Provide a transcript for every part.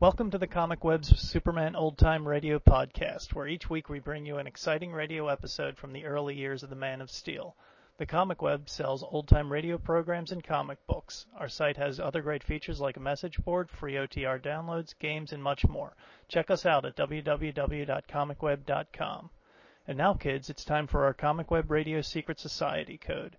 Welcome to the Comic Web's Superman Old Time Radio Podcast, where each week we bring you an exciting radio episode from the early years of the Man of Steel. The Comic Web sells old time radio programs and comic books. Our site has other great features like a message board, free OTR downloads, games, and much more. Check us out at www.comicweb.com. And now, kids, it's time for our Comic Web Radio Secret Society code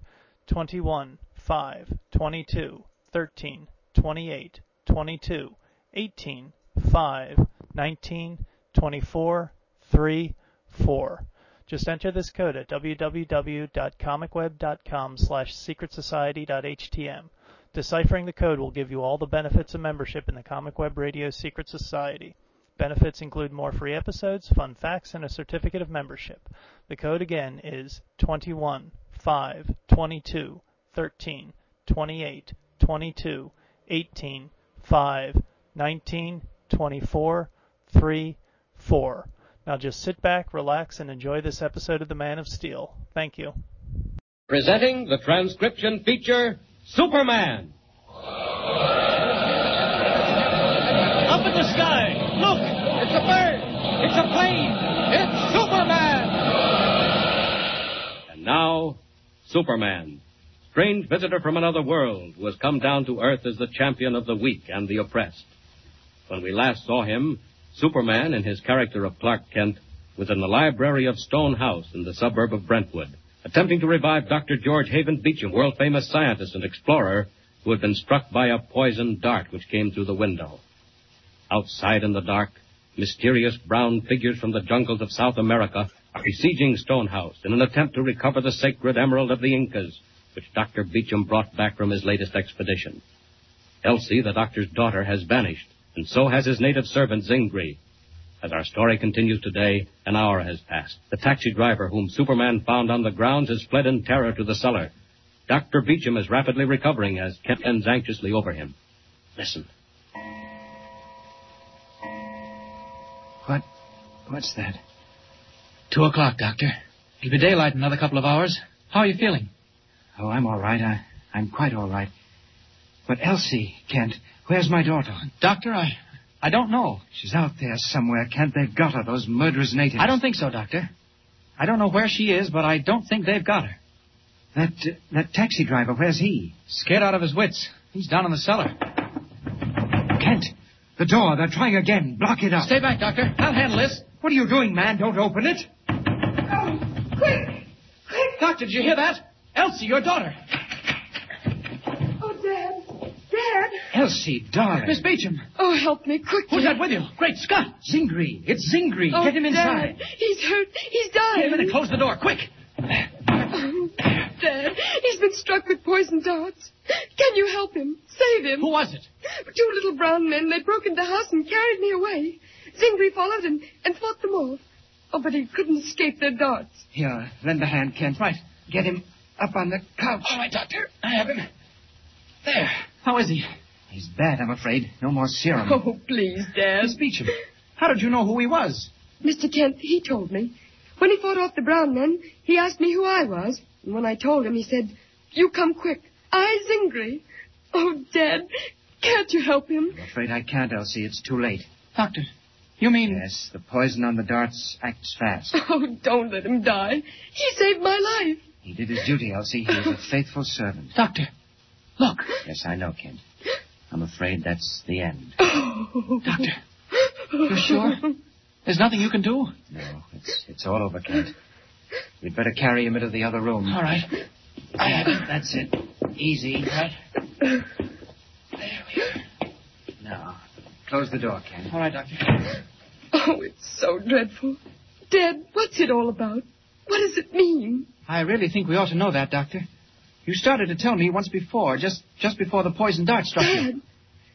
21 5 22 13 28 22 18 5 19 24 3 4. Just enter this code at www.comicweb.com slash secretsociety.htm. Deciphering the code will give you all the benefits of membership in the Comic Web Radio Secret Society. Benefits include more free episodes, fun facts, and a certificate of membership. The code again is 21 5 22 13 28 22 18 5 19 24 3 4. Now just sit back, relax, and enjoy this episode of The Man of Steel. Thank you. Presenting the transcription feature Superman. Up in the sky! Look! It's a bird! It's a plane! It's Superman! And now, Superman. Strange visitor from another world who has come down to Earth as the champion of the weak and the oppressed. When we last saw him, Superman, in his character of Clark Kent, was in the library of Stone House in the suburb of Brentwood, attempting to revive Dr. George Haven Beecham, world famous scientist and explorer, who had been struck by a poisoned dart which came through the window. Outside in the dark, mysterious brown figures from the jungles of South America are besieging Stonehouse in an attempt to recover the sacred emerald of the Incas, which Dr. Beecham brought back from his latest expedition. Elsie, the doctor's daughter, has vanished, and so has his native servant, Zingri. As our story continues today, an hour has passed. The taxi driver whom Superman found on the grounds has fled in terror to the cellar. Dr. Beecham is rapidly recovering as Kent bends anxiously over him. Listen. What? What's that? Two o'clock, Doctor. It'll be daylight in another couple of hours. How are you feeling? Oh, I'm all right. I, I'm quite all right. But Elsie, Kent, where's my daughter? Doctor, I, I don't know. She's out there somewhere, Kent. They've got her, those murderous natives. I don't think so, Doctor. I don't know where she is, but I don't think they've got her. That, uh, that taxi driver, where's he? Scared out of his wits. He's down in the cellar. Kent, the door. They're trying again. Block it up. Stay back, Doctor. I'll handle this. What are you doing, man? Don't open it. Quick! Quick! Doctor, did you hear that? Elsie, your daughter. Oh, Dad! Dad! Elsie, darling. Miss Beecham. Oh, help me, quickly. Who's that with you? Great Scott. Zingri. It's Zingri. Oh, Get him inside. Dad, he's hurt. He's dying. Wait a minute. Close the door, quick. Oh, Dad, he's been struck with poison darts. Can you help him? Save him. Who was it? Two little brown men, they broke into the house and carried me away. Zingri followed and, and fought them off. Oh, but he couldn't escape their darts. Here, lend a hand, Kent. Right. Get him up on the couch. All right, Doctor. I have him. There. How is he? He's bad, I'm afraid. No more serum. Oh, please, Dad. Miss Beecham. How did you know who he was? Mr. Kent, he told me. When he fought off the brown men, he asked me who I was. And when I told him, he said, You come quick. I, Zingri. Oh, Dad, can't you help him? I'm afraid I can't, Elsie. It's too late. Doctor, you mean... Yes, the poison on the darts acts fast. Oh, don't let him die. He saved my life. He did his duty, Elsie. He was a faithful servant. Doctor, look. Yes, I know, Kent. I'm afraid that's the end. Oh. Doctor, you sure? There's nothing you can do? All No, it's, it's all over, Kent. We'd better carry him into the other room. right. I have him. That's it. Easy. Right. Now, close the door, Kent. All right, Doctor. Oh, it's so dreadful. Dad, what's it all about? What does it mean? I really think we ought to know that, Doctor. You started to tell me once before, just just before the poison dart struck you. Dad,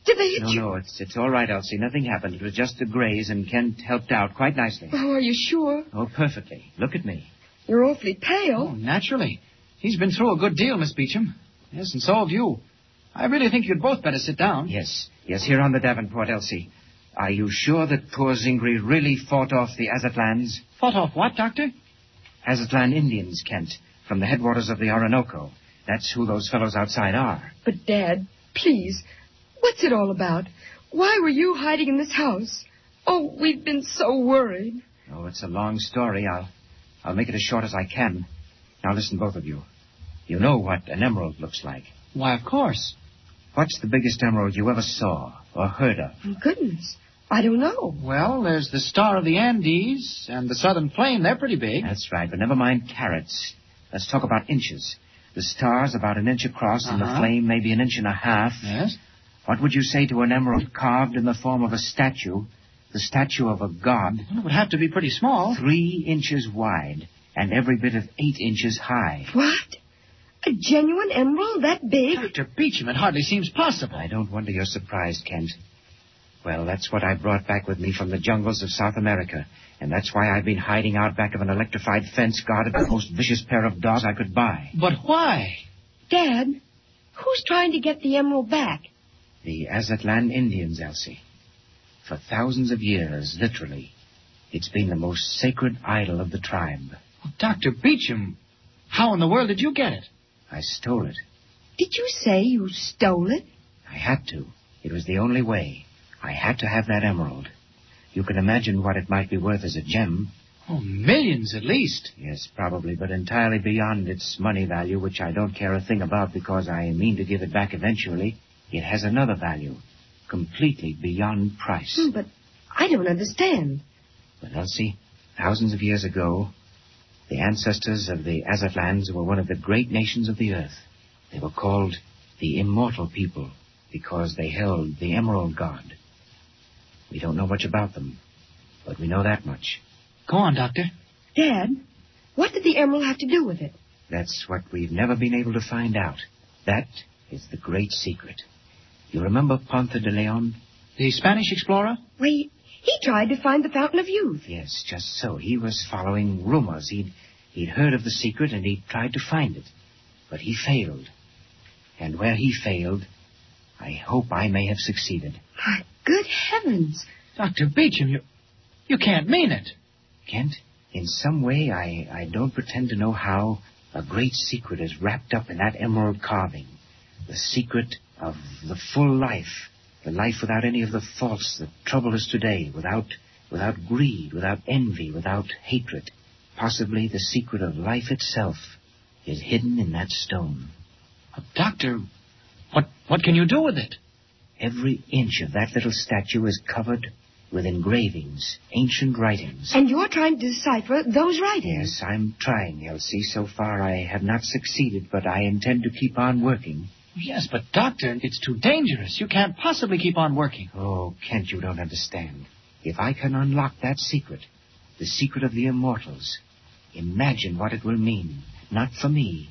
did they hit No, you? no, it's, it's all right, Elsie. Nothing happened. It was just a graze, and Kent helped out quite nicely. Oh, are you sure? Oh, perfectly. Look at me. You're awfully pale. Oh, naturally. He's been through a good deal, Miss Beecham. Yes, and so have you. I really think you'd both better sit down. Yes, yes, here on the Davenport, Elsie. Are you sure that poor Zingri really fought off the Azatlans? Fought off what, Doctor? Azatlan Indians, Kent, from the headwaters of the Orinoco. That's who those fellows outside are. But, Dad, please, what's it all about? Why were you hiding in this house? Oh, we've been so worried. Oh, it's a long story. I'll, I'll make it as short as I can. Now listen, both of you. You know what an emerald looks like. Why, of course. What's the biggest emerald you ever saw or heard of? My goodness, I don't know. Well, there's the Star of the Andes and the Southern Plain. They're pretty big. That's right, but never mind carrots. Let's talk about inches. The star's about an inch across, and the Uh-huh. flame maybe an inch and a half. Yes. What would you say to an emerald carved in the form of a statue, the statue of a god, Well, it would have to be pretty small. three inches wide and every bit of eight inches high? What? A genuine emerald that big? Dr. Beecham, it hardly seems possible. I don't wonder you're surprised, Kent. Well, that's what I brought back with me from the jungles of South America, and that's why I've been hiding out back of an electrified fence guarded by the most vicious pair of dogs I could buy. But why? Dad, who's trying to get the emerald back? The Azatlan Indians, Elsie. For thousands of years, literally, it's been the most sacred idol of the tribe. Well, Dr. Beecham, how in the world did you get it? I stole it. Did you say you stole it? I had to. It was the only way. I had to have that emerald. You can imagine what it might be worth as a gem. Oh, millions at least. Yes, probably, but entirely beyond its money value, which I don't care a thing about because I mean to give it back eventually. It has another value, completely beyond price. Hmm, but I don't understand. But Elsie, thousands of years ago, the ancestors of the Azatlans were one of the great nations of the earth. They were called the Immortal People because they held the Emerald God. We don't know much about them, but we know that much. Go on, Doctor. Dad, what did the emerald have to do with it? That's what we've never been able to find out. That is the great secret. You remember Ponce de Leon? The Spanish explorer? Why, he, he tried to find the fountain of youth. Yes, just so. He was following rumors. He'd, he'd heard of the secret and he tried to find it. But he failed. And where he failed, I hope I may have succeeded. My good heavens. Dr. Beecham, you, you can't mean it. Kent, in some way, I, I don't pretend to know how a great secret is wrapped up in that emerald carving. The secret of the full life. The life without any of the faults that trouble us today, without, without greed, without envy, without hatred. Possibly the secret of life itself is hidden in that stone. But, Doctor, what, what can you do with it? Every inch of that little statue is covered with engravings, ancient writings. And you're trying to decipher those writings. Yes, I'm trying, Elsie. So far, I have not succeeded, but I intend to keep on working. Yes, but, Doctor, it's too dangerous. You can't possibly keep on working. Oh, Kent, you don't understand. If I can unlock that secret, the secret of the immortals, imagine what it will mean. Not for me,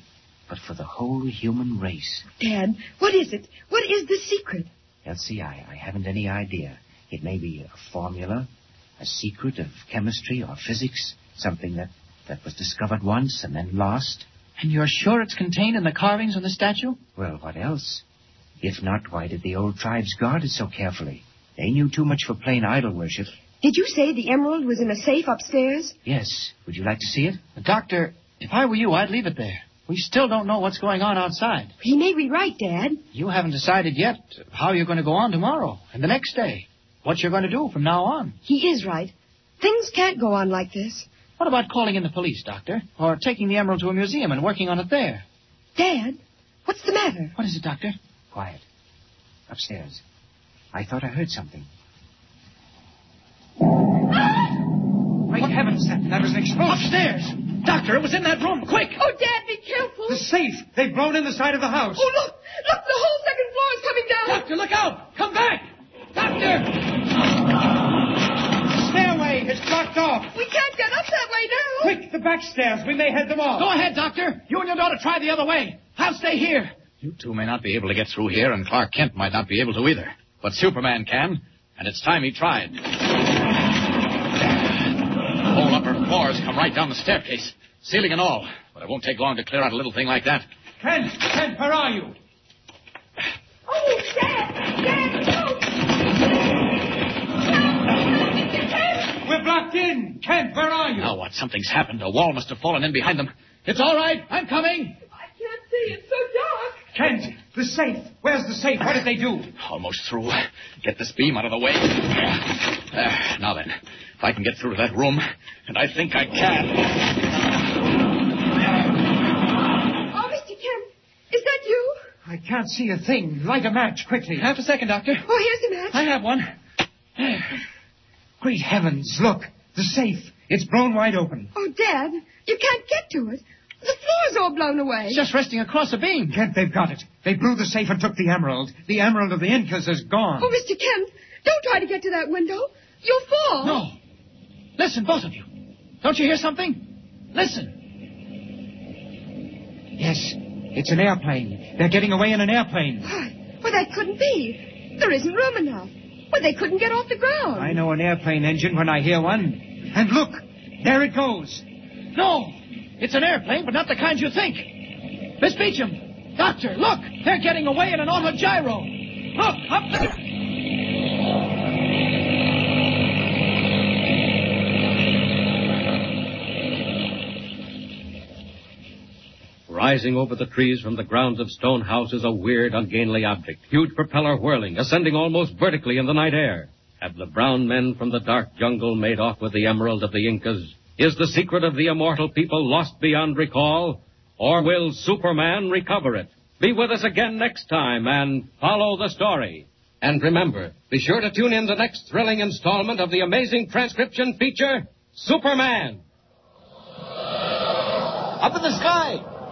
but for the whole human race. Dad, what is it? What is the secret? Elsie, I, I haven't any idea. It may be a formula, a secret of chemistry or physics, something that, that was discovered once and then lost. And you're sure it's contained in the carvings on the statue? Well, what else? If not, why did the old tribes guard it so carefully? They knew too much for plain idol worship. Did you say the emerald was in a safe upstairs? Yes. Would you like to see it? Doctor, if I were you, I'd leave it there. We still don't know what's going on outside. He may be right, Dad. You haven't decided yet how you're going to go on tomorrow and the next day. What you're going to do from now on. He is right. Things can't go on like this. What about calling in the police, Doctor? Or taking the emerald to a museum and working on it there? Dad, what's the matter? What is it, Doctor? Quiet. Upstairs. I thought I heard something. Ah! Great heavens, that, that was an explosion. Upstairs! Doctor, it was in that room! Quick! Oh, Dad, be careful. The safe! They've blown in the side of the house. Oh, look! Look, the whole second floor is coming down! Doctor, look out! Come back! Doctor! The stairway is blocked off. We can't get up that way now! Quick, the back stairs. We may head them off. Go ahead, Doctor! You and your daughter try the other way. I'll stay here. You two may not be able to get through here, and Clark Kent might not be able to either. But Superman can, and it's time he tried. The whole upper floors come right down the staircase, ceiling and all. But it won't take long to clear out a little thing like that. Kent! Kent, where are you? Oh, Dad! Dad, no! We're blocked in! Kent, where are you? Now what? Something's happened. A wall must have fallen in behind them. It's all right. I'm coming. I can't see. It's so dark. Kent! The safe. Where's the safe? What did they do? Almost through. Get this beam out of the way. There. Now then, if I can get through to that room, and I think I can. Oh, Mr. Kemp, is that you? I can't see a thing. Light a match quickly. Half a second, Doctor. Oh, here's the match. I have one. Great heavens, look. The safe. It's blown wide open. Oh, Dad, you can't get to it. The floor's all blown away. It's just resting across a beam. Kent, they've got it. They blew the safe and took the emerald. The emerald of the Incas is gone. Oh, Mr. Kemp, don't try to get to that window. You'll fall. No. Listen, both of you. Don't you hear something? Listen. Yes, it's an airplane. They're getting away in an airplane. Why? Well, that couldn't be. There isn't room enough. Well, they couldn't get off the ground. I know an airplane engine when I hear one. And look, there it goes. No. It's an airplane, but not the kind you think. Miss Beecham, Doctor, look. They're getting away in an auto gyro. Look, up there. Rising over the trees from the grounds of stone house is a weird, ungainly object. Huge propeller whirling, ascending almost vertically in the night air. Have the brown men from the dark jungle made off with the emerald of the Incas? Is the secret of the immortal people lost beyond recall? Or will Superman recover it? Be with us again next time and follow the story. And remember, be sure to tune in the next thrilling installment of the amazing transcription feature, Superman! Up in the sky!